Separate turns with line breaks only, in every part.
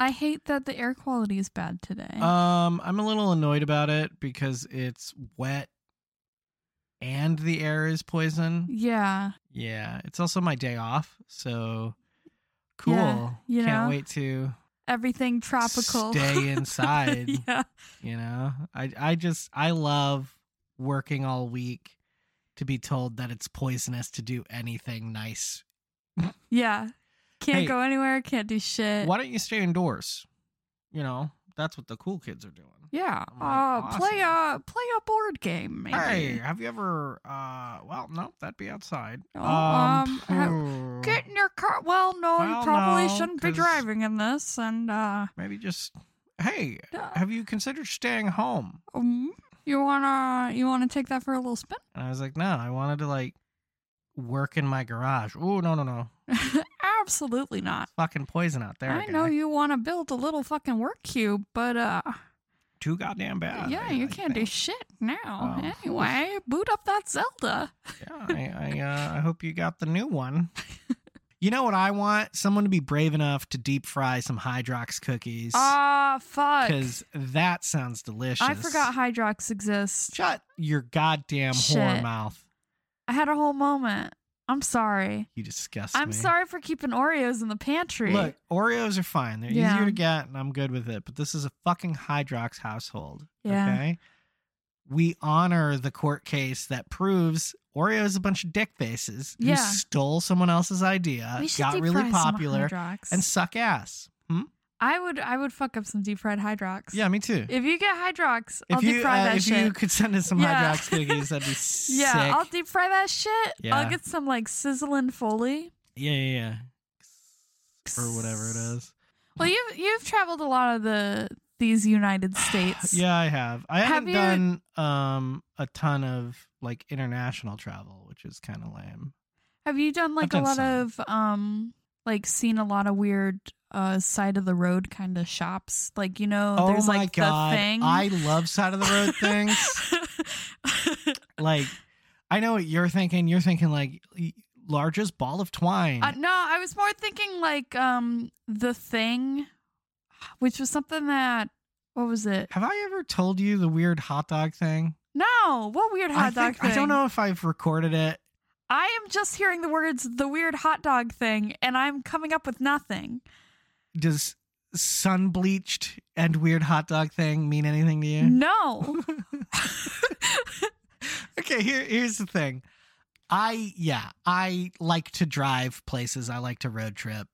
I hate that the air quality is bad today.
Um, I'm a little annoyed about it because it's wet and the air is poison.
yeah.
Yeah, it's also my day off, so cool.
you
Can't
know?
wait to
Everything tropical.
Stay inside.
yeah.
you know. I I just I love working all week to be told that it's poisonous to do anything nice.
Yeah. Can't
Hey.
go anywhere, can't do shit.
Why don't you stay indoors? You know, that's what the cool kids are doing.
Yeah.
I'm
Uh,
like, Oh awesome.
play a play a board game maybe.
Hey, have you ever? Uh, well, no, that'd be outside.
Oh, um, Get in your car. Well, no,
Well,
you probably
no,
shouldn't be
'cause-
driving in this and uh
maybe just. Hey,
Yeah.
have you considered staying home?
um, you wanna you wanna take that for a little spin?
And I was like, no, I wanted to like work in my garage. Oh no, no, no,
Absolutely not.
fucking poison out there.
I
guy.
know you wanna build a little fucking work cube, but uh
too goddamn bad.
yeah,
I-
you
I
can't do
think.
shit now.
Um,
anyway, boot up that Zelda.
Yeah, I, I, uh, I hope you got the new one. you know what I want? Someone to be brave enough to deep fry some Hydrox cookies
Ah, fuck.
because that sounds delicious.
I forgot Hydrox exists.
Shut your goddamn whore
Shit.
mouth.
I had a whole moment. I'm sorry.
You disgust
I'm
me.
sorry for keeping Oreos in the pantry.
Look, Oreos are fine. They're
Yeah.
easier to get, and I'm good with it. But this is a fucking Hydrox household.
Yeah.
Okay. We honor the court case that proves Oreo's a bunch of dick faces
Yeah.
who stole someone else's idea,
we should
uh, got
deep fry
really
some
popular,
Hydrox.
and suck ass. Hmm?
I would, I would fuck up some deep fried Hydrox.
Yeah, me too.
If you get Hydrox, I'll
if
deep
you
fry
uh,
that
if
shit.
you could send us some
Yeah.
Hydrox cookies, that'd be sick.
yeah, I'll deep fry that shit.
Yeah.
I'll get some like sizzling Foley.
yeah, yeah, yeah, or whatever it is.
Well, you've you've traveled a lot of the these United States.
Yeah, I have. I
Have
haven't
you-
done um a ton of like international travel, which is kind of lame.
Have you done like
done
a lot
some.
of um like seen a lot of weird uh side of the road kind of shops? Like you know,
oh
there's
my
like
god,
the thing.
I love side of the road things. like, I know what you're thinking. You're thinking like y- largest ball of twine.
Uh, no, I was more thinking like um the thing, which was something that what was it?
have I ever told you the weird hot dog thing?
No, what weird hot
I,
dog
think-
thing?
I don't know if I've recorded it.
I am just hearing the words the weird hot dog thing, and I'm coming up with nothing.
Does sun bleached and weird hot dog thing mean anything to you?
No,
Okay, here here's the thing. I yeah, I like to drive places. I like to road trip.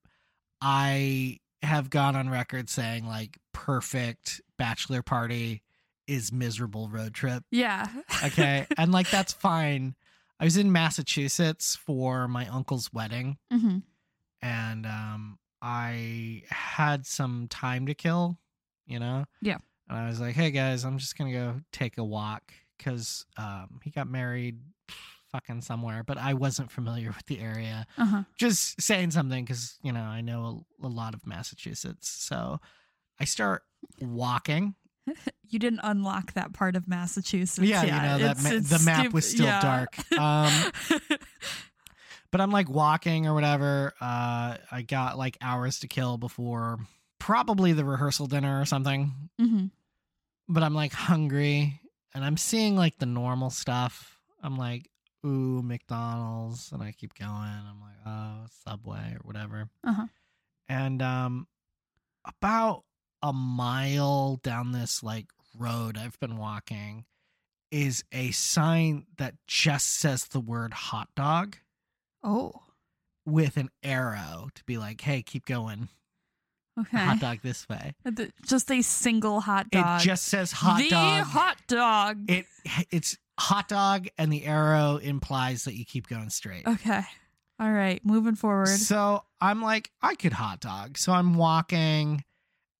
I have gone on record saying like perfect bachelor party is miserable road trip.
yeah,
Okay. and like that's fine. I was in Massachusetts for my uncle's wedding
hmm
and um I had some time to kill, you know.
Yeah.
And I was like, "Hey guys, I'm just going to go take a walk cuz um he got married fucking somewhere, but I wasn't familiar with the area.
uh huh,
Just saying something cuz you know, I know a, a lot of Massachusetts. So I start walking.
you didn't unlock that part of Massachusetts.
Yeah, you
yet.
know, that
It's-
ma-
it's
the map
stupid-
was still
yeah.
dark. Um, but I'm like walking or whatever. Uh, I got like hours to kill before probably the rehearsal dinner or something.
Mhm.
But I'm like hungry and I'm seeing like the normal stuff. I'm like, ooh, McDonald's. And I keep going. I'm like, oh, Subway or whatever.
Uh-huh.
And um, about a mile down this like road I've been walking is a sign that just says the word hot dog
Oh,
with an arrow to be like, hey, keep going.
okay.
Hot dog this way.
Th- Just a single hot dog.
It just says hot
the
dog.
hot dog.
it it's hot dog and the arrow implies that you keep going straight.
okay, all right, moving forward.
So I'm like, I could hot dog. So I'm walking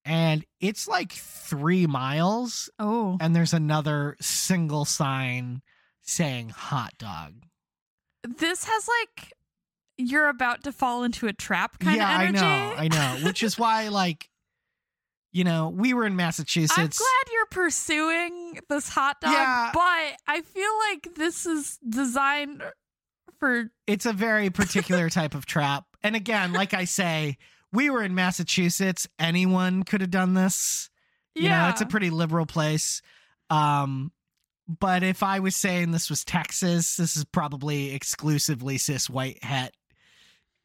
and it's like three miles
oh,
and there's another single sign saying hot dog.
this has like you're about to fall into a trap kind
yeah,
of energy.
I know, I know. Which is why like you know, we were in Massachusetts.
I'm glad you're pursuing this hot dog,
Yeah.
but I feel like this is designed for
it's a very particular type of trap. And again, like I say, we were in Massachusetts. Anyone could have done this. You know, it's a pretty liberal place. Um, but if I was saying this was Texas, this is probably exclusively cis white hat.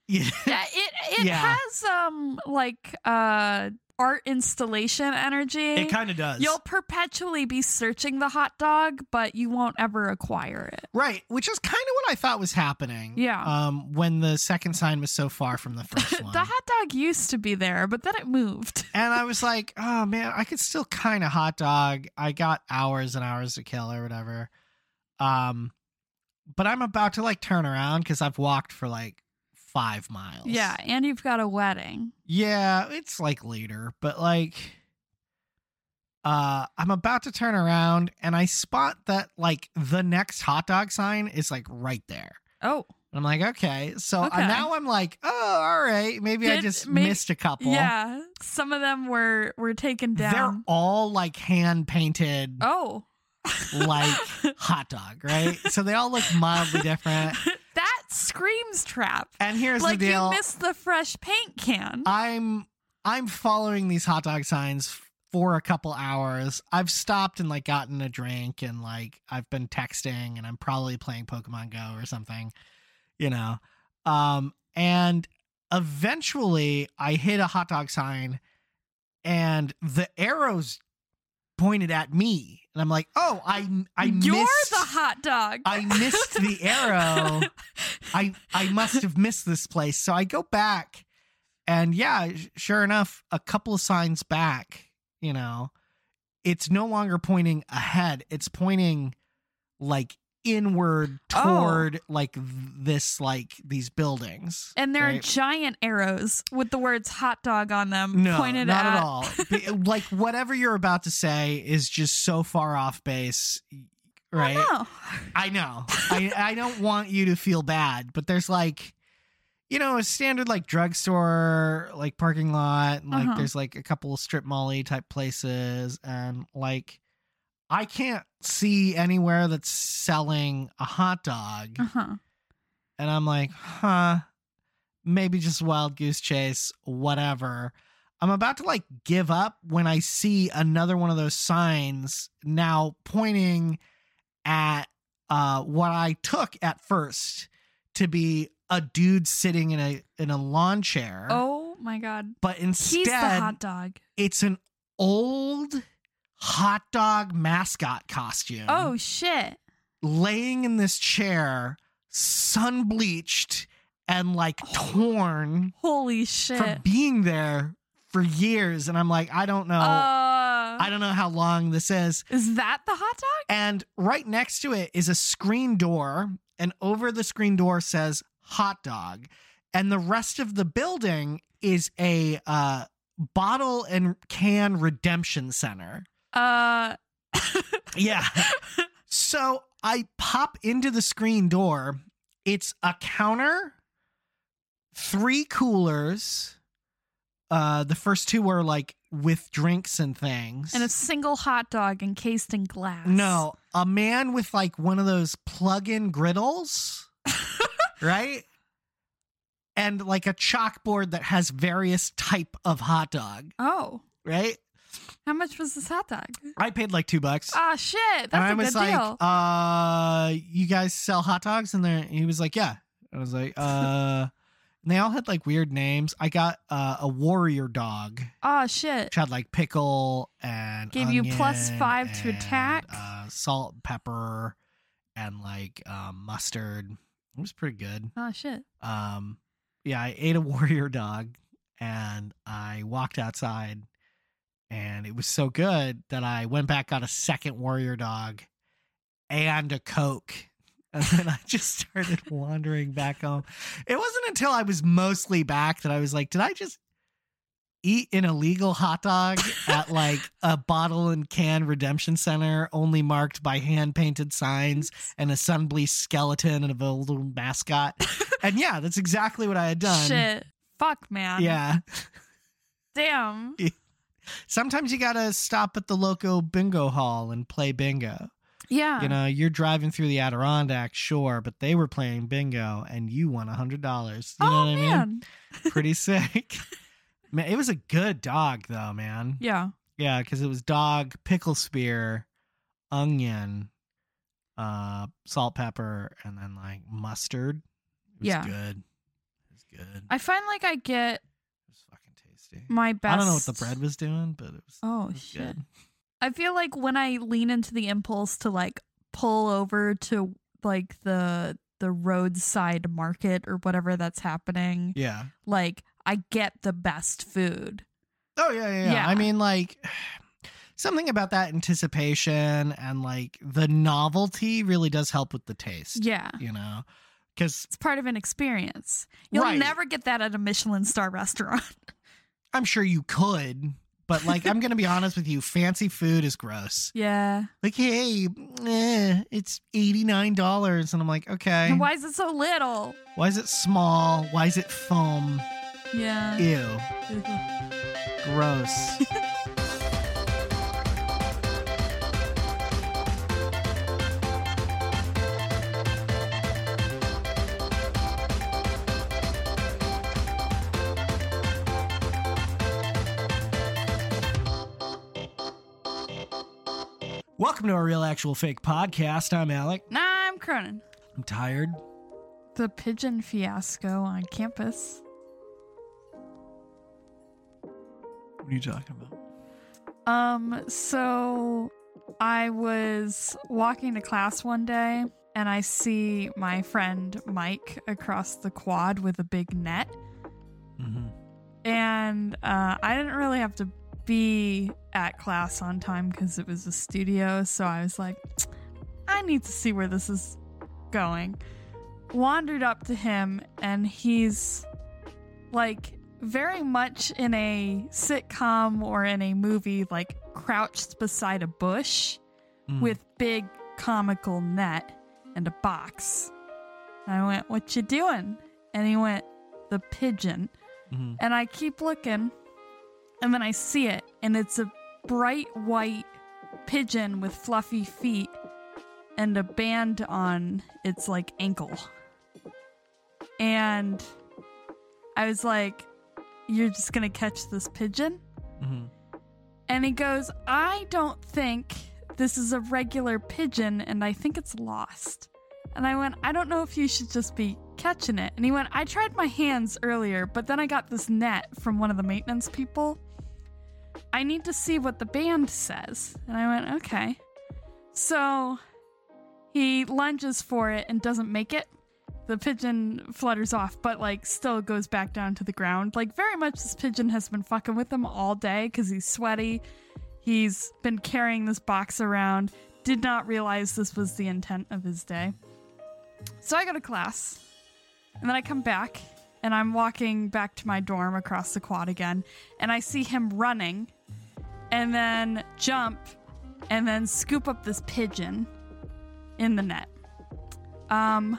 Yeah.
yeah it it
Yeah.
has um like uh art installation energy
It kind of does.
you'll perpetually be searching the hot dog but you won't ever acquire it
Right, which is kind of what I thought was happening.
Yeah.
Um, when the second sign was so far from the first one.
the hot dog used to be there but then it moved
and I was like, oh man, I could still kind of hot dog. I got hours and hours to kill or whatever. Um, but I'm about to like turn around because I've walked for like five miles.
yeah and you've got a wedding
Yeah, it's like later, but like uh I'm about to turn around and I spot that like the next hot dog sign is like right there.
oh
And I'm like, okay. So I-
Okay.
now I'm like, oh, all right. Maybe I
Did-
just
may-
missed a couple.
yeah some of them were were taken
They're
down
all like hand painted
oh
like hot dog, right? So they all look mildly different.
that screams trap
And here's
like
the deal.
you missed the fresh paint can
I'm I'm following these hot dog signs for a couple hours. I've stopped and like gotten a drink and like I've been texting and I'm probably playing Pokemon Go or something, you know. Um and eventually I hit a hot dog sign and the arrows pointed at me and I'm like, "Oh, I I
you're
missed
the hot dog
I missed the arrow. I I must have missed this place. So I go back, and yeah, sh- sure enough, a couple of signs back, you know, it's no longer pointing ahead. It's pointing like inward
Oh.
toward like th- this like these buildings.
And there are
right?
giant arrows with the words hot dog on them
no,
pointed
not
at.
at all. Be- like whatever you're about to say is just so far off base, right?
No.
I know. I, I don't want you to feel bad, but there's like, you know, a standard like drugstore, like parking lot, and like
Uh-huh.
there's like a couple strip molly type places, and like I can't see anywhere that's selling a hot dog,
Uh-huh.
and I'm like, huh, maybe just Wild Goose Chase, whatever. I'm about to like give up when I see another one of those signs now pointing at uh what I took at first to be a dude sitting in a in a lawn chair.
Oh my god.
but
He's the
instead
hot dog.
it's an old hot dog mascot costume
Oh shit.
laying in this chair, sun bleached and like torn
Holy shit.
from being there for years. And I'm like, I don't know.
Uh,
I don't know how long this is.
is that the hot dog?
And right next to it is a screen door. And over the screen door says hot dog. And the rest of the building is a uh, bottle and can redemption center.
Uh
Yeah. so I pop into the screen door. It's a counter, three coolers. Uh, the first two were like with drinks and things.
and a single hot dog encased in glass.
no, a man with like one of those plug-in griddles, right? And like a chalkboard that has various type of hot dog,
Oh.
right?
How much was this hot dog?
I paid like two bucks.
Ah shit. That's
and I
a
was
good
like,
deal.
uh, you guys sell hot dogs? And there, he was like, yeah. I was like, uh, and they all had like weird names. I got uh, a warrior dog,
Ah shit.
which had like pickle and
Gave you plus
onion
five to
and,
attack.
uh, salt, pepper, and like um, mustard. It was pretty good.
Ah shit.
Um, yeah, I ate a warrior dog and I walked outside and it was so good that I went back, got a second warrior dog and a Coke. And then I just started wandering back home. It wasn't until I was mostly back that I was like, did I just eat an illegal hot dog at like a bottle and can redemption center only marked by hand painted signs and a sun bleached skeleton and a old mascot? And yeah, that's exactly what I had done.
Shit. Fuck man.
Yeah.
Damn.
Sometimes you got to stop at the local bingo hall and play bingo.
Yeah.
You know, you're driving through the Adirondacks, sure, but they were playing bingo and you won $100. You know
oh
what I
man.
mean? Pretty sick. Man, it was a good dog though, man.
Yeah.
Yeah, because it was dog, pickle spear, onion, uh, salt, pepper, and then like mustard. It was
Yeah.
good. It was good.
I find like I get
it was fucking tasty.
my best.
I don't know what the bread was doing, but it was,
Oh
it was
shit.
good.
I feel like when I lean into the impulse to like pull over to like the the roadside market or whatever that's happening,
Yeah.
like I get the best food.
Oh yeah, yeah, yeah.
Yeah.
I mean, like something about that anticipation and like the novelty really does help with the taste.
Yeah.
You know, because
It's part of an experience. You'll
Right.
never get that at a Michelin star restaurant.
I'm sure you could, but like I'm gonna be honest with you, fancy food is gross.
yeah.
Like, hey, eh, it's eighty nine dollars, and I'm like, okay,
And why is it so little?
why is it small? Why is it foam?
Yeah.
Ew, gross. Welcome to our real, actual, fake podcast. I'm Alec.
nah, I'm Cronin.
I'm tired.
The pigeon fiasco on campus.
What are you talking about?
Um, so I was walking to class one day and I see my friend Mike across the quad with a big net.
Mm-hmm.
And uh, I didn't really have to be at class on time because it was a studio. So I was like, I need to see where this is going. Wandered up to him and he's like very much in a sitcom or in a movie, like crouched beside a bush with big comical net and a box. And I went, "What you doing?" And he went, "The pigeon."
Mhm.
And I keep looking, and then I see it, and it's a bright white pigeon with fluffy feet and a band on its like ankle. And I was like, "You're just going to catch this pigeon?"
Mm-hmm.
And he goes, I don't think this is a regular pigeon and I think it's lost. And I went, I don't know if you should just be catching it. And he went, I tried my hands earlier, but then I got this net from one of the maintenance people. I need to see what the band says. And I went, okay. So he lunges for it and doesn't make it. The pigeon flutters off, but like still goes back down to the ground. Like, very much this pigeon has been fucking with him all day because he's sweaty. He's been carrying this box around. Did not realize this was the intent of his day. So I go to class, and then I come back, and I'm walking back to my dorm across the quad again, and I see him running, and then jump, and then scoop up this pigeon in the net. Um,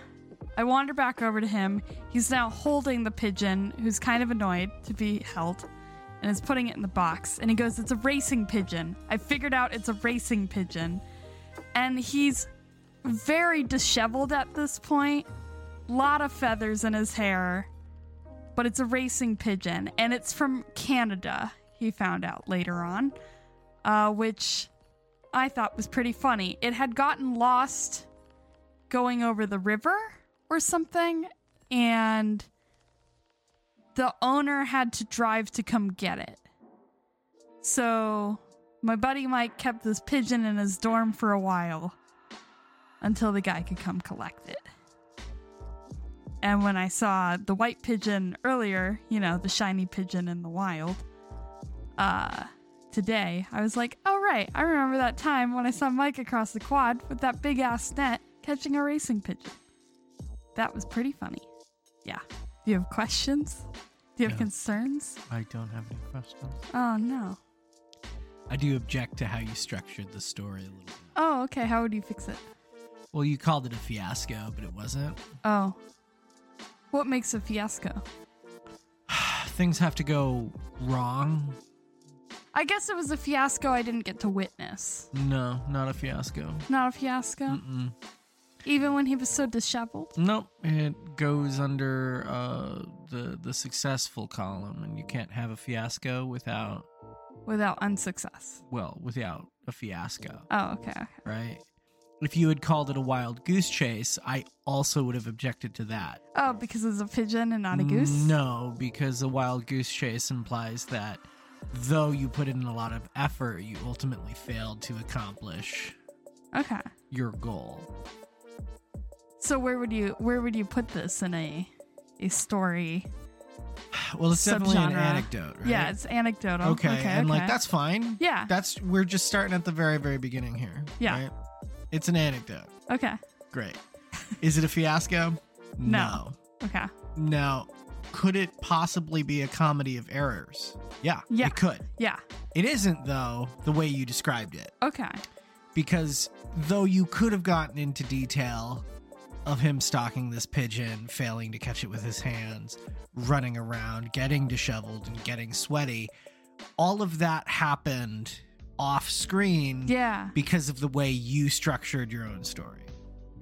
I wander back over to him. He's now holding the pigeon, who's kind of annoyed to be held, and is putting it in the box. And he goes, It's a racing pigeon. I figured out it's a racing pigeon. And he's very disheveled at this point. Lot of feathers in his hair. But it's a racing pigeon. And it's from Canada, he found out later on. Uh, which I thought was pretty funny. It had gotten lost going over the river or something, and the owner had to drive to come get it. So my buddy Mike kept this pigeon in his dorm for a while until the guy could come collect it. And when I saw the white pigeon earlier, you know, the shiny pigeon in the wild, uh, today, I was like, oh, right, I remember that time when I saw Mike across the quad with that big ass net catching a racing pigeon. That was pretty funny. Yeah. Do you have questions? Do you have
No.
concerns?
I don't have any questions.
Oh, no.
I do object to how you structured the story a little bit.
Oh, okay. How would you fix it?
Well, you called it a fiasco, but it wasn't.
Oh. What makes a fiasco?
Things have to go wrong.
I guess it was a fiasco I didn't get to witness.
No, not a fiasco.
Not a fiasco.
Mm-mm.
Even when he was so disheveled.
Nope, it goes under uh, the the successful column, and you can't have a fiasco without
without unsuccess.
well without a fiasco,
Oh, okay. okay.
right? If you had called it a wild goose chase, I also would have objected to that.
Oh, because it's a pigeon and not a goose?
No, because the wild goose chase implies that though you put in a lot of effort, you ultimately failed to accomplish
Okay.
your goal.
So where would you where would you put this in a a story?
Well, it's definitely an
Subgenre.
anecdote, right?
Yeah, it's anecdotal.
Okay, and like
okay.
that's fine.
Yeah.
That's we're just starting at the very very beginning here.
Yeah.
right? It's an anecdote.
Okay.
Great. Is it a fiasco?
No. Okay.
no. Now, could it possibly be a comedy of errors? Yeah,
Yeah.
it could.
Yeah.
It isn't though the way you described it.
Okay.
because though you could have gotten into detail of him stalking this pigeon, failing to catch it with his hands, running around, getting disheveled, and getting sweaty, all of that happened off screen
Yeah.
because of the way you structured your own story.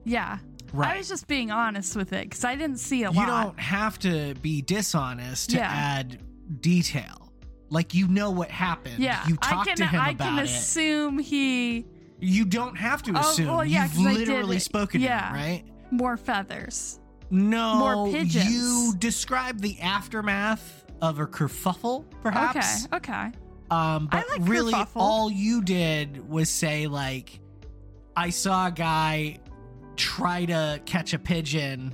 Yeah. I was just being honest with it because I didn't see a
you
lot.
don't have to be dishonest to
Yeah.
add detail. Like you know what happened.
yeah.
You
I
talked
can
to him
I
about
can
it.
assume he
you don't have to
Oh,
assume.
well, yeah,
You've
'cause I did
literally
it.
spoken to
Yeah.
him, right?
more feathers.
No,
More pigeons.
You describe the aftermath of a kerfuffle, perhaps.
Okay. Okay.
Um, but
like
really,
kerfuffle.
all you did was say like, "I saw a guy try to catch a pigeon,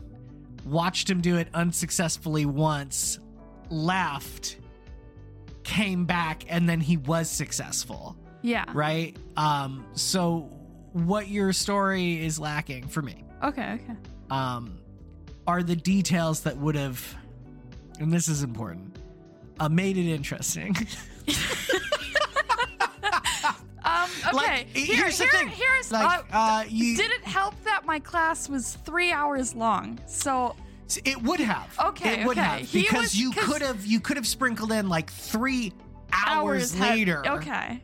watched him do it unsuccessfully once, left, came back, and then he was successful."
Yeah.
Right. Um, so, what your story is lacking for me
Okay. Okay.
um, are the details that would have, and this is important, uh, made it interesting.
Um. Okay.
Like, he-
Here-
here's the
here-
thing.
Here's
like,
uh,
uh, you,
did it help that my class was three hours long? So
it would have.
Okay,
it would
okay.
have
He
because
was-
you
'cause-
could have you could have sprinkled in like three hours,
hours, had-
later.
okay.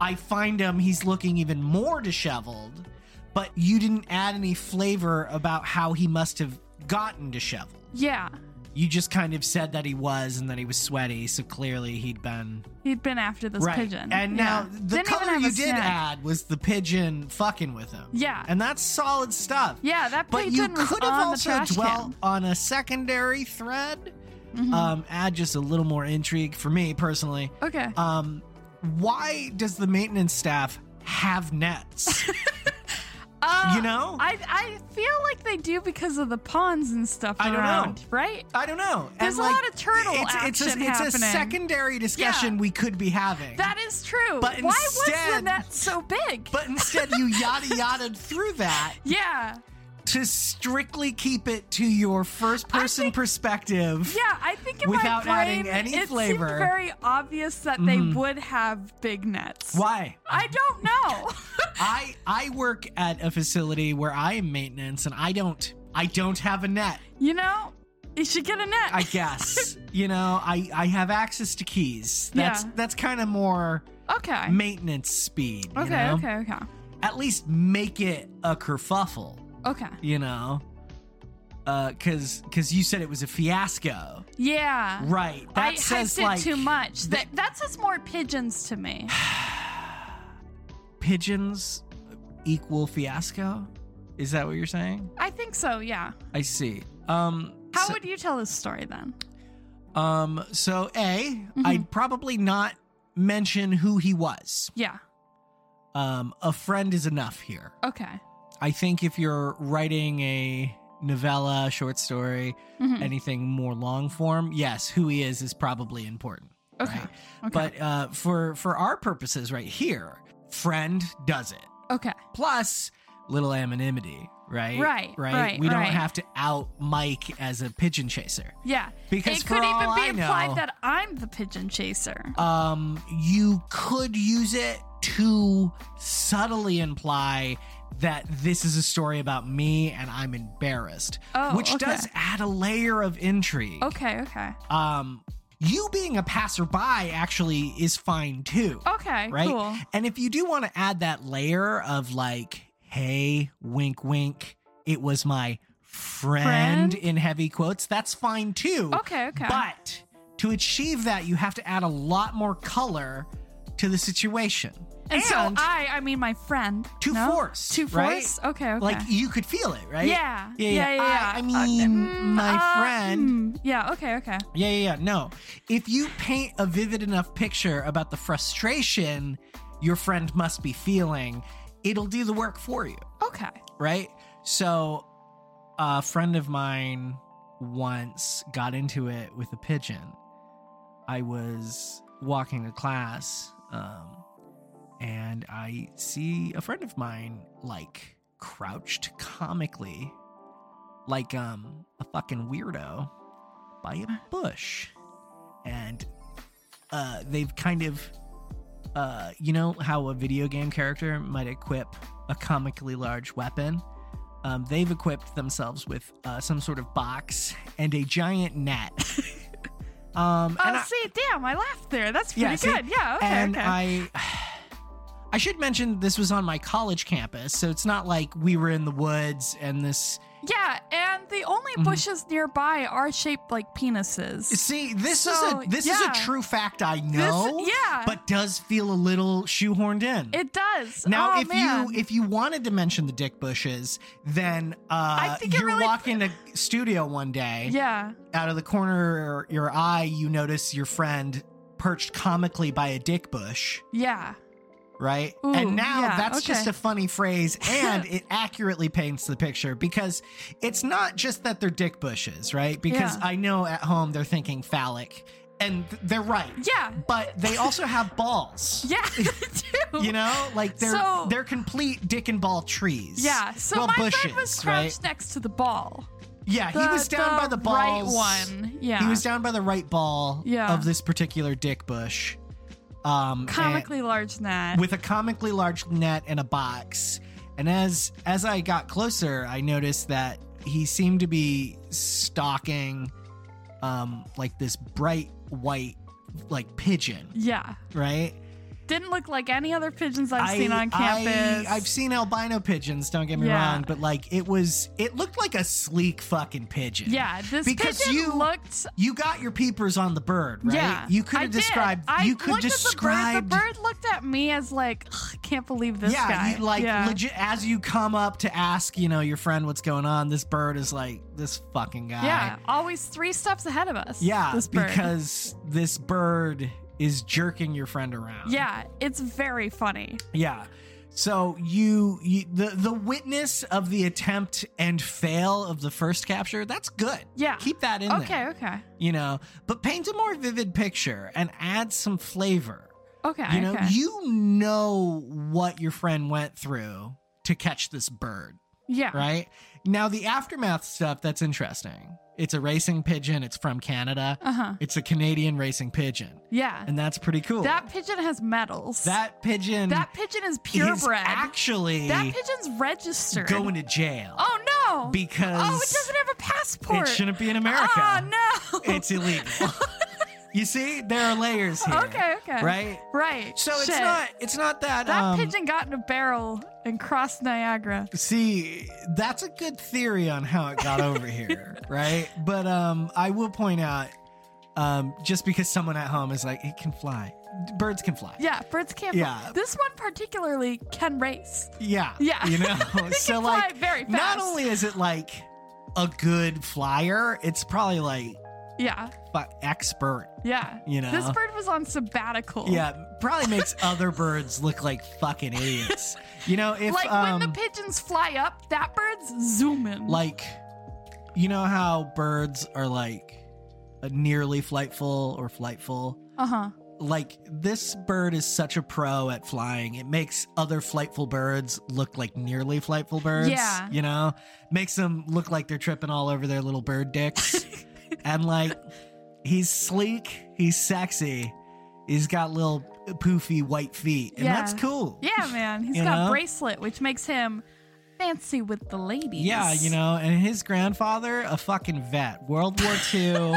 I find him. He's looking even more disheveled, but you didn't add any flavor about how he must have gotten disheveled.
Yeah.
You just kind of said that he was and that he was sweaty, so clearly he'd been
He'd been after this pigeon.
And
Yeah.
now the
Didn't even
color
have
you
a
did
snack.
add was the pigeon fucking with him.
Yeah.
And that's solid stuff.
Yeah, that
But
pigeon
you
was
could
on
have
the
also
trash
dwelt
can.
on a secondary thread.
Mhm.
Um, add just a little more intrigue for me personally.
okay.
Um, why does the maintenance staff have nets?
Uh,
you know?
I I feel like they do because of the ponds and stuff
I don't know.
around, right?
I don't know. And,
There's a
like,
lot of turtle
it's, it's a,
action
it's a
happening.
secondary discussion we could be having.
That is true.
But
Why was the
instead-
net so big?
but instead, you yada yadaed through that
yeah.
to strictly keep it to your first person
think-
perspective.
Yeah, I think in
Without
my
adding
brain,
any
it
flavor.
seemed very obvious that
Mhm.
they would have big nets.
Why?
I don't know.
I I work at a facility where I am maintenance and I don't I don't have a net,
you know, you should get a net.
I guess. you know, I I have access to keys. That's
Yeah.
that's kind of more
okay.
maintenance speed, you
okay.
know?
Okay. Okay.
At least make it a kerfuffle,
Okay.
you know? Uh, cause, cause you said it was a fiasco,
Yeah.
right? That
Uh, I
says
hyped it
like
too much. That,
that-
that says more pigeons to me.
pigeons equal fiasco. Is that what you're saying?
I think so. Yeah.
I see. Um,
How
so,
would you tell this story then?
um, so A,
Mm-hmm.
would probably not mention who he was.
Yeah.
Um, a friend is enough here.
Okay.
I think if you're writing a novella, short story,
Mhm.
anything more long form, yes, who he is is probably important.
Okay.
right?
Okay.
But uh, for for our purposes, right here, friend does it.
okay.
plus little anonymity, right?
Right,
right.
right,
we don't
right.
have to out Mike as a pigeon chaser
Yeah.
because
it
for
could
all
even be
I
implied
know,
that I'm the pigeon chaser.
um, you could use it to subtly imply that this is a story about me and I'm embarrassed,
Oh,
which
okay.
does add a layer of intrigue.
okay. Okay.
Um, you being a passerby actually is fine too.
Okay.
right?
Cool.
And if you do want to add that layer of like, hey, wink, wink, it was my friend,
Friend?
in heavy quotes, that's fine too.
Okay, okay.
But to achieve that, you have to add a lot more color to the situation.
and, so I, I mean my friend.
To
no?
force,
To
right?
force? Okay, okay.
like you could feel it, right?
yeah.
yeah, yeah. I, I
Uh,
mean,
mm,
my
uh,
friend.
mm, yeah, okay, okay.
Yeah, yeah, yeah. No. If you paint a vivid enough picture about the frustration your friend must be feeling, it'll do the work for you,
Okay.
right? So, a friend of mine once got into it with a pigeon. I was walking to class, um, and I see a friend of mine like crouched comically, like um a fucking weirdo, by a bush, and uh, they've kind of. Uh, you know how a video game character might equip a comically large weapon? Um, they've equipped themselves with uh, some sort of box and a giant net. um,
Oh,
and I-
see, damn, I laughed there. That's pretty
Yeah, see,
good. Yeah, okay,
and
Oh, okay.
I I should mention this was on my college campus, so it's not like we were in the woods and this
yeah, and the only
Mhm.
bushes nearby are shaped like penises.
See, this
So,
is a this
yeah.
is a true fact I
This-
know,
yeah,
but does feel a little shoehorned in.
it does.
now
Oh,
if
man.
you if you wanted to mention the dick bushes, then uh
think it
you're
really-
walking to studio one day,
yeah,
out of the corner of your eye you notice your friend perched comically by a dick bush.
yeah,
right?
Ooh,
and now
yeah,
that's
okay.
just a funny phrase and it accurately paints the picture because it's not just that they're dick bushes, right? Because
Yeah.
I know at home they're thinking phallic and th- they're right.
yeah,
But they also have balls.
yeah. they do.
You know, like they're
So-
they're complete dick and ball trees.
yeah. So
well,
my
bushes,
friend was
right?
crouched next to the ball.
Yeah, he
The-
was down by the balls.
Right one. Yeah.
He was down by the right ball
Yeah.
of this particular dick bush. Um, and-
comically large net.
with a comically large net and a box. And as as I got closer, I noticed that he seemed to be stalking um like this bright white like pigeon,
yeah.
right?
Didn't look like any other pigeons I've seen on campus.
I, have seen albino pigeons, don't get me
Yeah.
wrong, but like it was it looked like a sleek fucking pigeon.
Yeah, this
Because
pigeon
you-
looked.
You got your peepers on the bird, right?
Yeah,
You could
I
have
did.
described
I
you could
looked At the,
describe
bird, the bird looked at me as like, "Ugh, can't believe this
yeah,
guy.
You, like
yeah,
legit as you come up to ask, you know, your friend what's going on, this bird is like this fucking guy.
yeah. Always three steps ahead of us.
Yeah,
this bird.
because this bird is jerking your friend around.
yeah, it's very funny.
Yeah. So you, you the the witness of the attempt and fail of the first capture, that's good.
Yeah.
Keep that in
Okay,
there.
okay,
You know, but paint a more vivid picture and add some flavor.
okay.
you know,
okay.
you know what your friend went through to catch this bird.
yeah,
right? Now the aftermath stuff that's interesting. It's a racing pigeon. It's from Canada.
Uh huh.
It's a Canadian racing pigeon,
Yeah,
and that's pretty cool.
that pigeon has medals.
That pigeon
that pigeon is
is
purebred.
actually
that pigeon's registered.
going to jail
oh no!
because
oh, it doesn't have a passport.
it shouldn't be in America.
Oh no!
It's illegal. you see, there are layers here.
okay, okay,
Right.
right.
So it's
Shit.
not. It's not that.
That
um,
pigeon got in a barrel and crossed Niagara.
See, that's a good theory on how it got over here, right? But um, I will point out, um, just because someone at home is like, it can fly. Birds can fly.
Yeah, birds can't.
Yeah.
Fly. This one particularly can race.
Yeah.
Yeah.
You know?
They
so,
can
like,
fly very fast.
not only is it like a good flyer, it's probably like
Yeah,
fu- expert,
yeah.
you know?
This bird was on sabbatical.
yeah, probably makes other birds look like fucking idiots. You know, if
like
um,
when the pigeons fly up, that bird's zooming.
like you know how birds are like a nearly flightful or flightful
uh huh.
like this bird is such a pro at flying it makes other flightful birds look like nearly flightful birds
Yeah.
you know makes them look like they're tripping all over their little bird dicks and like he's sleek he's sexy he's got little poofy white feet and
Yeah.
that's cool
Yeah, man. He's
You
got a
know?
bracelet, which makes him fancy with the ladies.
Yeah, you know, and his grandfather, a fucking vet, World War II,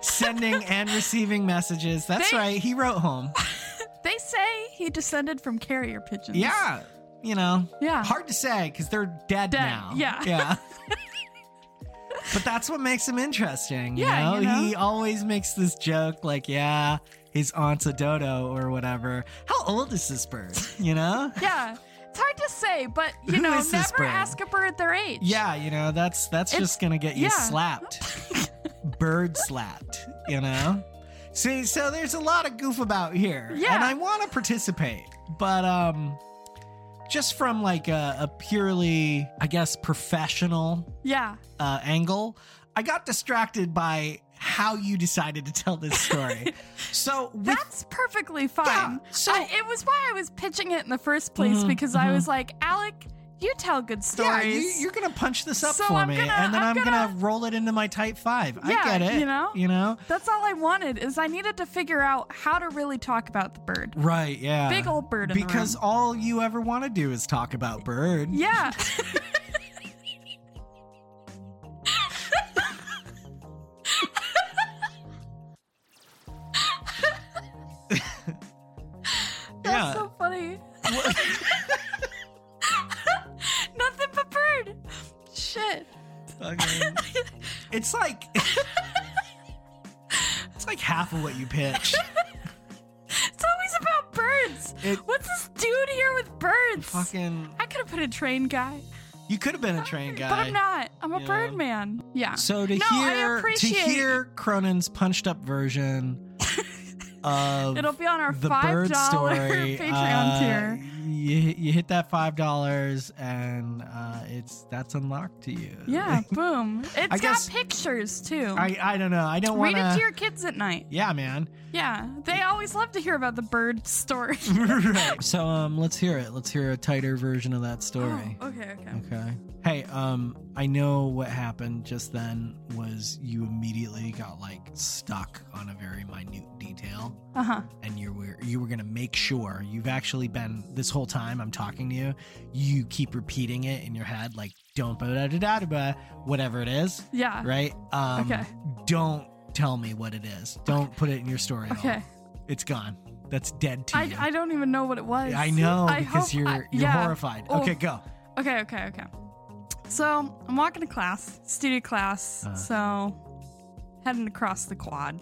sending and receiving messages. That's
They-
right, he wrote home.
They say he descended from carrier pigeons.
Yeah, you know,
Yeah.
hard to say because they're dead,
Dead,
now.
yeah.
Yeah. but that's what makes him interesting. you
Yeah,
know?
you know?
He always makes this joke like, yeah, his aunt's a dodo or whatever. How old is this bird? You know?
Yeah. It's hard to say, but you
Who
know,
is this
never
bird?
ask a bird their age.
yeah, you know, that's that's
It's-
just gonna get you
yeah.
slapped. bird slapped, you know? See, so there's a lot of goof about here.
Yeah.
And I wanna participate, but um just from like a, a purely, I guess, professional
Yeah.
uh, angle, I got distracted by how you decided to tell this story. so with,
That's perfectly fine.
yeah, so
I, it was why I was pitching it in the first place
Mhm,
because I
mhm.
was like, Alec, you tell good
yeah,
stories.
you, you're gonna punch this up
So
for
I'm
me,
gonna-
and then I'm,
I'm
gonna, roll it into my type five.
Yeah,
I get it.
you know?
you know,
That's all I wanted is I needed to figure out how to really talk about the bird.
right? Yeah,
Big old bird in
because
the room.
all you ever want to do is talk about bird.
Yeah. That's
Yeah.
so funny. Nothing but bird. Shit.
Fucking- it's like it's like half of what you pitch.
It's always about birds.
It
What's this dude here with birds?
fucking
I could have put a train guy,
you could have been a train guy.
but I'm not. I'm a
Yeah.
bird man. Yeah.
So to
No, I
hear to
appreciate-
hear Cronin's punched up version of
It'll be on our
the
five
bird
dollar
story,
Patreon
uh,
tier.
You, you hit that five dollars and uh, it's that's unlocked to you.
Yeah, boom. It's got
guess-
pictures too.
I, I don't know. I don't want
Read it to your kids at night.
Yeah, man.
Yeah, they always love to hear about the bird story.
right. So um, let's hear it. Let's hear a tighter version of that story.
Oh, okay, okay.
Okay. Hey, um, I know what happened just then was you immediately got like stuck on a very minute detail.
Uh huh.
and you were you were gonna make sure you've actually been this whole time I'm talking to you, you keep repeating it in your head like don't ba da da da da ba whatever it is,
Yeah.
right? Um,
Okay.
Don't tell me what it is. Don't put it in your story. At
Okay.
All. It's gone. That's dead to
I,
you.
I don't even know what it was.
I know
I
because
hope
you're
I-
you're
yeah.
horrified.
Oh.
Okay, go.
Okay, okay, okay. So I'm walking to class, studio class.
Uh-huh.
So heading across the quad,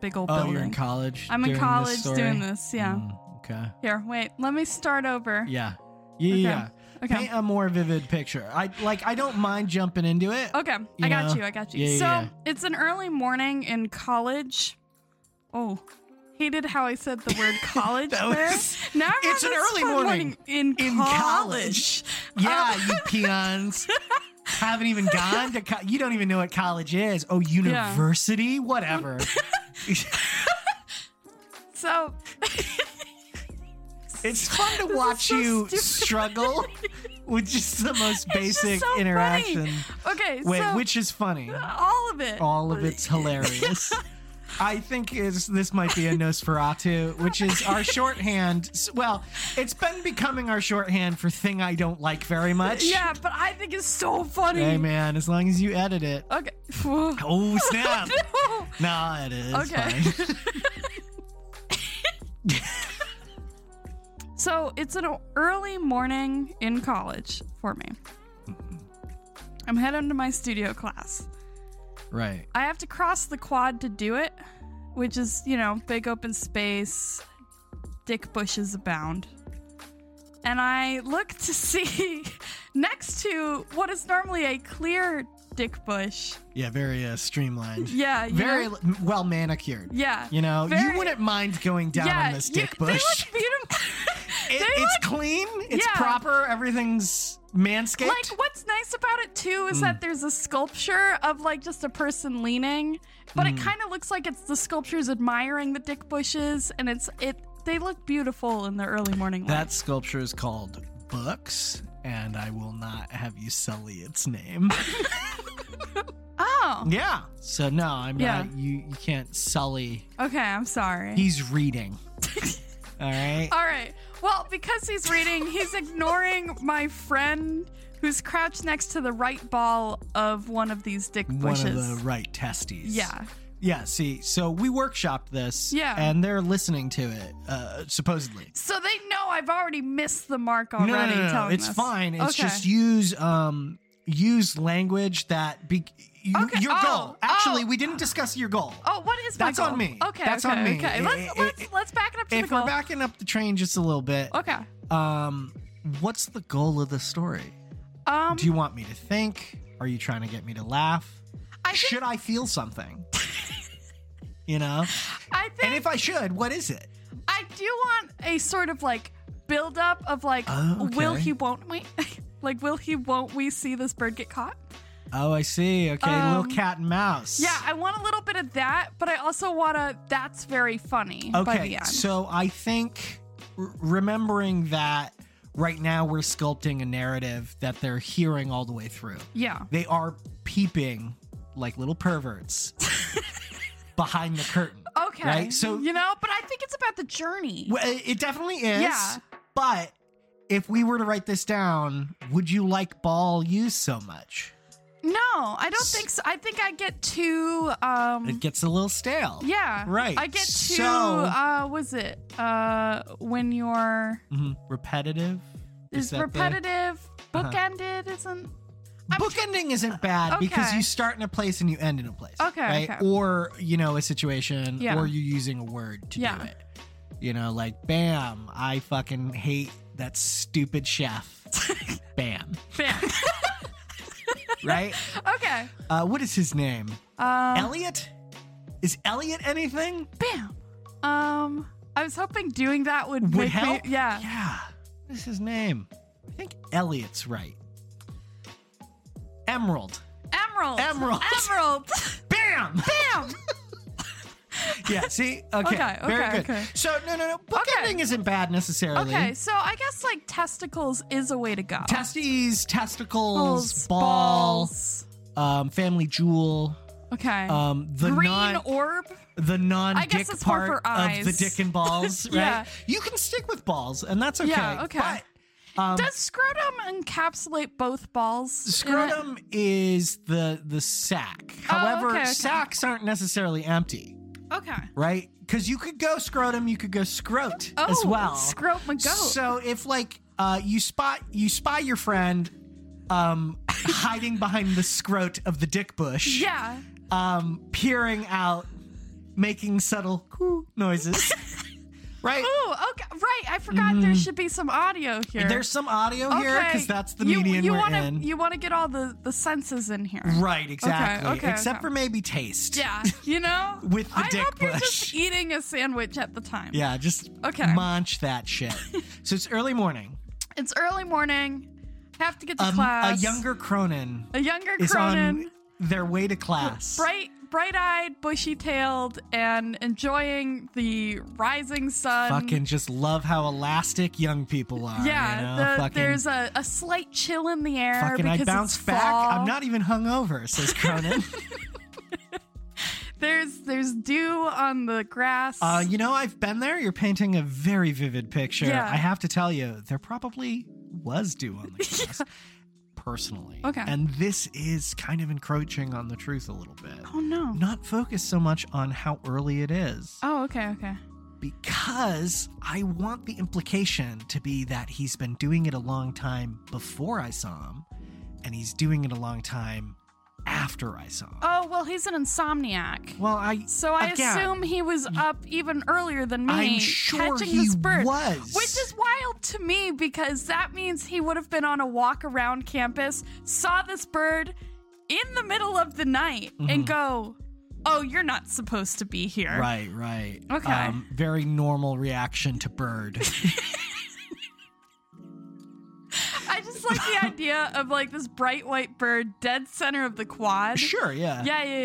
big old
Oh,
building.
you're in college.
I'm in
during
college
story?
doing this. Yeah.
Mm, okay.
Here, wait. Let me start over.
Yeah. Yeah.
Okay.
yeah.
Okay.
Paint a more vivid picture. I like. I don't mind jumping into it.
Okay, I
uh, You
got
know?
you. I got you.
Yeah, yeah,
so
yeah.
it's an early morning in college. Oh, hated how I said the word college
That
there.
was-
now I'm
It's an
having
early
fun
morning
in,
in college.
college.
Yeah,
Um,
you peons haven't even gone to co- you don't even know what college is. Oh, university, whatever.
so
it's fun to
This
watch
is so
you
stupid.
struggle with just the most
just
basic
so funny.
interaction.
okay,
Wait,
so
which is funny.
all of it.
All of it's hilarious. I think is this might be a Nosferatu, which is our shorthand. s- Well, it's been becoming our shorthand for thing I don't like very much.
Yeah, but I think it's so funny.
Hey man, as long as you edit it.
Okay.
Oh snap!
No.
Nah, it is.
Okay.
Fine.
So it's an early morning in college for me.
Mm-hmm.
I'm heading to my studio class.
Right.
I have to cross the quad to do it, which is, you know, big open space, dick bushes abound. And I look to see next to what is normally a clear dick bush.
Yeah, very uh, streamlined.
Yeah, you
very
know-
l- m- well manicured.
yeah,
You know,
Very-
you wouldn't mind going down
yeah.
on this
you-
dick
they
bush.
look beautiful.
It-
they
it's clean. It's
Yeah.
proper. Everything's manscaped.
Like what's nice about it too is
Mm.
that there's a sculpture of like just a person leaning, but
Mm.
it kind of looks like it's the sculpture's admiring the dick bushes, and it's it. They look beautiful in the early morning light.
that sculpture is called Books, and I will not have you sully its name.
oh,
yeah. So no, I'm
Yeah.
not. You you can't sully.
okay. I'm sorry.
He's reading. All right.
All right. Well, because he's reading, he's ignoring my friend who's crouched next to the right ball of one of these dick
One
bushes.
of the right testes.
Yeah.
Yeah, see, so we workshopped this.
Yeah.
And they're listening to it, uh, supposedly.
So they know I've already missed the mark already.
no, no, no, no.
telling
It's
this.
fine. It's
Okay.
just use um use language that be you,
Okay,
your
oh,
goal. Actually,
oh.
we didn't discuss your goal.
Oh, what is
That's
my
on
goal?
me.
Okay,
That's
okay,
on me.
Okay,
Eh, eh,
let's
eh,
let's let's back it up to
if
the goal.
we're backing up the train just a little bit,
okay.
um, what's the goal of the story?
Um,
Do you want me to think? Are you trying to get me to laugh?
I think,
should I feel something? you know?
I
And
think
if I should, what is it?
I do want a sort of like build up of like
Oh, okay.
will he won't we like will he won't we see this bird get caught?
Oh, I see. Okay,
Um,
little cat and mouse.
Yeah, I want a little bit of that, but I also want to that's very funny by the
Okay,
end.
so I think r- remembering that right now we're sculpting a narrative that they're hearing all the way through.
yeah.
They are peeping like little perverts behind the curtain.
Okay.
Right, so-
you know, but I think it's about the journey.
Well, it it definitely is.
Yeah.
But if we were to write this down, would you like ball used so much?
no, I don't think so. I think I get too um
It gets a little stale.
Yeah.
Right.
I get to
So-
uh was it? Uh when you're
Mhm. Repetitive.
is
that the-
repetitive,
Uh-huh.
bookended isn't I'm
bookending isn't bad because
Okay.
you start in a place and you end in a place.
Okay,
Right?
okay.
Or, you know, a situation
Yeah.
or you're using a word to
Yeah.
do it. You know, like, bam, I fucking hate that stupid chef. bam.
Bam.
Right?
okay.
uh, what is his name?
Um
Elliot? Is Elliot anything?
bam. Um I was hoping doing that would,
Would
make
help?
me yeah.
Yeah. What is his name? I think Elliot's right. Emerald.
Emerald.
Emerald.
Emerald.
Bam!
Bam.
Yeah, see? Okay.
Okay,
very
okay,
good.
okay.
So, no, no, no. Bookending
Okay.
isn't bad necessarily.
Okay, so I guess like testicles is a way to go.
Testes, testicles,
Balls,
ball, um, family jewel,
Okay.
um, the
Green
non
orb.
the non
I guess
dick
it's more
part
for
of the
eyes.
dick and balls, right?
Yeah.
You can stick with balls, and that's okay.
Yeah, okay.
But, um,
Does scrotum encapsulate both balls? in it?
scrotum is the the sack.
Oh,
However,
okay, okay.
sacks aren't necessarily empty,
Okay.
right? Because you could go scrotum, you could go scrot as well.
Scrope Oh, my goat.
So if like uh, you spot you spy your friend um, hiding behind the scrot of the dick bush,
yeah.
um, peering out, making subtle coo noises, right?
Ooh, okay. Right. I forgot there should be some audio here.
Mm-hmm. There's some audio here
Okay,
because that's the
you,
median
you
we're
wanna,
in.
You want to get all the, the senses in here.
right, exactly.
okay,
Except
okay.
for maybe taste.
Yeah. You know?
With the
I
dick
hope you're
bush.
just eating a sandwich at the time.
Yeah, just
Okay.
munch that shit. so it's early morning.
It's early morning. Have to get to
Um, a
class.
younger Cronin
a younger
is
Cronin.
on their way to class.
Bright, bright-eyed, bushy-tailed, and enjoying the rising sun.
fucking just love how elastic young people are.
yeah,
you know?
the-
fucking,
there's a, a slight chill in the air
fucking.
because
I bounce
it's
back.
fall.
I'm not even hungover, says Cronin.
There's there's dew on the grass.
uh, you know, I've been there. You're painting a very vivid picture.
Yeah.
I have to tell you, there probably was dew on the grass. Personally,
Okay.
and this is kind of encroaching on the truth a little bit.
oh no.
Not focused so much on how early it is,
Oh okay okay.
because I want the implication to be that he's been doing it a long time before I saw him, and he's doing it a long time after I saw him.
Oh well, he's an insomniac.
well, I
so I
again,
assume he was up even earlier than me
Oh, I'm sure
catching
he
this bird.
was.
Which is wild to me because that means he would have been on a walk around campus, saw this bird in the middle of the night,
Mm-hmm.
and go, Oh, you're not supposed to be here.
right, right. Um,
Okay.
very normal reaction to bird.
I just like the idea of like this bright white bird dead center of the quad.
sure, yeah.
Yeah, yeah,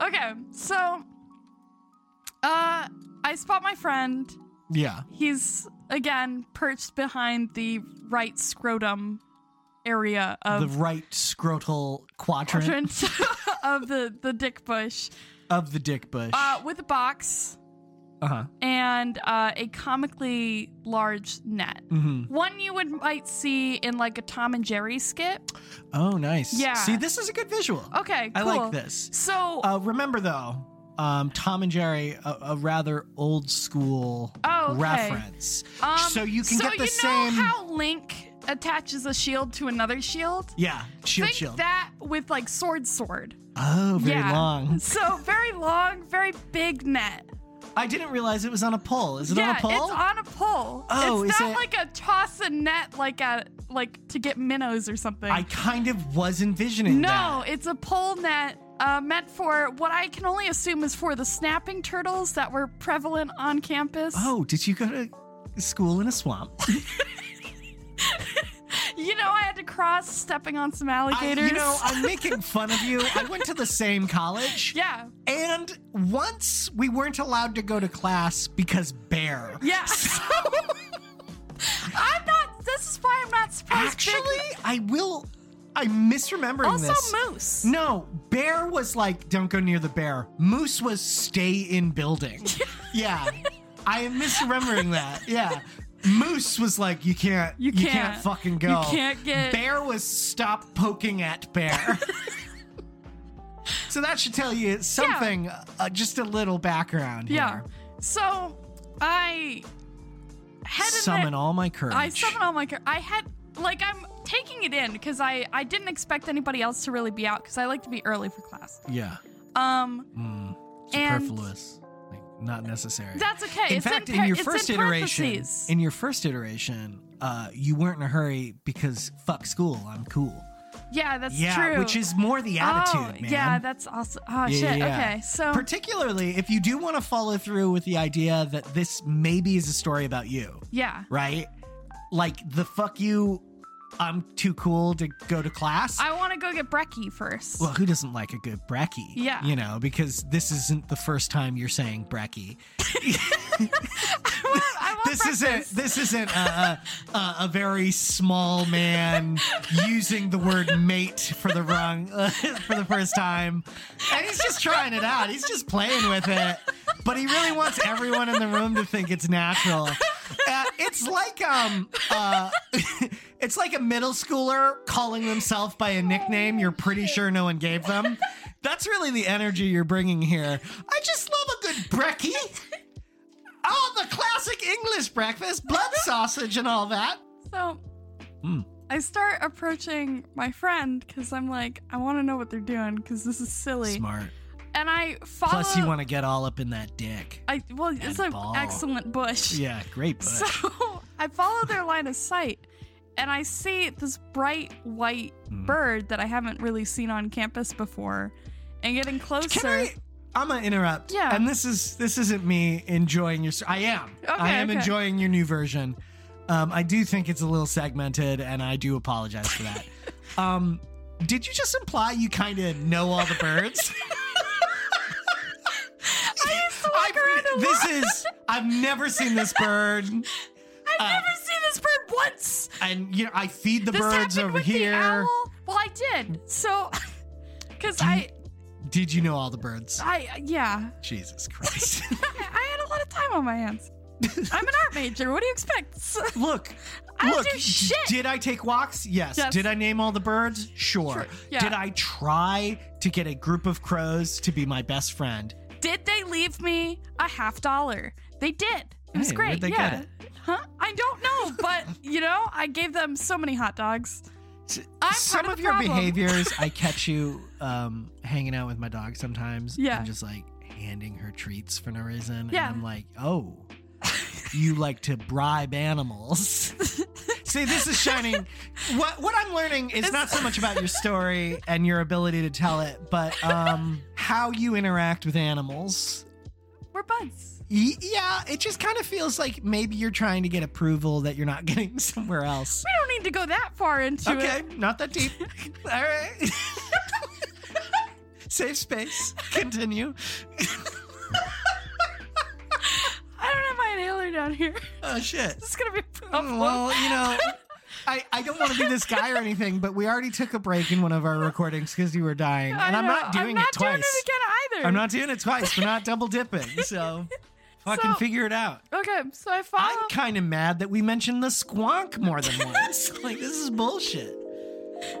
yeah. Okay, so uh I spot my friend.
Yeah.
He's again perched behind the right scrotum area of
The right scrotal quadrant,
Um, quadrant of the the dick bush
of the dick bush. Uh-huh.
uh, with a box
huh.
and uh, a comically large net
hmm
one you would might see in like a tom and jerry skit
Oh, nice.
Yeah.
See, this is a good visual.
okay cool.
I like this.
so
Uh, remember though, um, Tom and Jerry, a, a rather old school
Oh, okay.
reference.
Um,
so you can get the
you
same-
know how Link attaches a shield to another shield?
Yeah, shield,
Think
shield.
that with like sword, sword.
oh, very
yeah.
long.
So very long, very big net.
I didn't realize it was on a pole. Is it
yeah,
on a pole?
it's on a pole.
Oh,
it's
is
not
it-
like a toss a net, like a like to get minnows or something.
I kind of was envisioning
no,
that.
it's a pole net uh, meant for what I can only assume is for the snapping turtles that were prevalent on campus.
Oh, did you go to school in a swamp?
You know, I had to cross stepping on some
I,
alligators.
you know, I'm making fun of you. I went to the same college.
yeah,
And once we weren't allowed to go to class because bear.
yeah. I'm not. This is why I'm not surprised. Big-
Actually, I will. I'm misremembering
also
this.
moose.
No, bear was like, don't go near the bear. Moose was stay in building. yeah. I am misremembering that. Yeah. Moose was like, you can't,
You can't.
fucking
you
go.
can't get.
Bear was stop poking at bear. so that should tell you something, uh, just a little background.
yeah.
here.
So I headed
Summon all my courage.
I summon all my. char- I had like I'm taking it in because I I didn't expect anybody else to really be out because I like to be early for class.
Yeah.
Um,
Mm.
And-
Superfluous. like, not necessary.
that's okay.
in
it's
fact,
in,
in,
par-
your
it's
first
in
iteration,
parentheses.
in your first iteration, uh, you weren't in a hurry because fuck school, I'm cool.
yeah, that's
yeah,
true.
which is more the
oh,
attitude, man.
yeah, that's awesome. Oh
Yeah,
shit.
yeah, yeah.
Okay, so
Particularly if you do want to follow through with the idea that this maybe is a story about you,
yeah,
right? Like the fuck you, I'm too cool to go to class.
I want to go get brekkie first.
well, who doesn't like a good brekkie?
Yeah.
You know, because this isn't the first time you're saying brekkie.
I want
this isn't
breakfast.
this isn't a, a, a very small man using the word mate for the wrong for the first time, and he's just trying it out. He's just playing with it, but he really wants everyone in the room to think it's natural. Uh, it's like um, uh, it's like a middle schooler calling themselves by a nickname you're pretty sure no one gave them. That's really the energy you're bringing here. I just love a good brekkie. Oh, the classic English breakfast, blood sausage and all that.
So
Hmm.
I start approaching my friend because I'm like, I want to know what they're doing because this is silly.
Smart.
And I follow.
Plus, you want to get all up in that dick.
I well, it's an
ball.
excellent bush.
Yeah, great bush.
So I follow their line of sight and I see this bright white
Mm.
bird that I haven't really seen on campus before. And getting closer.
Can I? I'm gonna interrupt.
Yeah.
And this is this isn't me enjoying your. s- I am.
Okay,
I am
okay.
enjoying your new version. Um, I do think it's a little segmented, and I do apologize for that. um, did you just imply you kind of know all the birds?
I used to walk
I've-
around a
this
lot.
is. I've never seen this bird.
I've
uh,
never seen this bird once.
and you know I feed the
This
birds
happened
over
with
here.
the owl. Well, I did. So, because
Do you-
I,
Did you know all the birds?
I, yeah,
Jesus Christ!
I, I had a lot of time on my hands. I'm an art major. What do you expect? So-
look,
I don't
look.
do
d-
shit.
Did I take walks? Yes.
Yes.
Did I name all the birds? Sure.
Sure, yeah.
Did I try to get a group of crows to be my best friend?
Did they leave me a half dollar? They did. It was
Hey,
great.
where'd they
yeah.
get it?
Huh? I don't know, but you know, I gave them so many hot dogs.
S-
I'm
Some
part of,
of
the
your
problem.
behaviors, I catch you um, hanging out with my dog sometimes.
Yeah.
And just like handing her treats for no reason.
Yeah.
And I'm like, oh, you like to bribe animals. See, this is shining. What what I'm learning is
It's-
not so much about your story and your ability to tell it, but um, how you interact with animals.
We're buds.
Y- yeah, it just kind of feels like maybe you're trying to get approval that you're not getting somewhere else.
We don't need to go that far into
Okay,
it.
not that deep. All right. Safe space. Continue.
I don't have my inhaler down here.
Oh shit.
This is gonna be awful.
Oh, Mm, Well, you know, I, I don't want to be this guy or anything, but we already took a break in one of our recordings because you were dying,
I
and I'm
know.
not doing
I'm not
it twice.
Doing it again either.
I'm not doing it twice. We're not double dipping, so um, fucking
So-
figure it out.
Okay, so I follow.
I'm kind of mad that we mentioned the squonk more than once. like this is bullshit.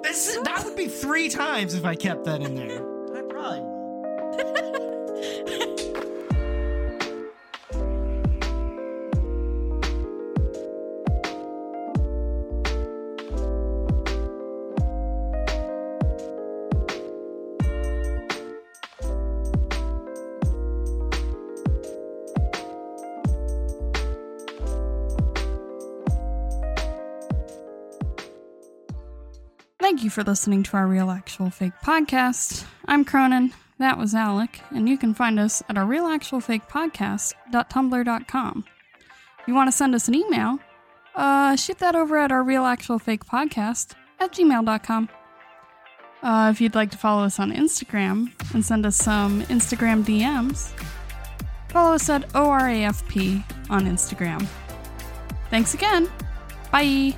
This is, that would be three times if I kept that in there. I probably will.
Thank you for listening to our Real Actual Fake podcast. I'm Cronin, that was Alec, and you can find us at our Real Actual Fake podcast.tumblr.com. You want to send us an email? Uh, shoot that over at our Real Actual Fake podcast at gmail.com. Uh, if you'd like to follow us on Instagram and send us some Instagram DMs, follow us at ORAFP on Instagram. Thanks again. Bye.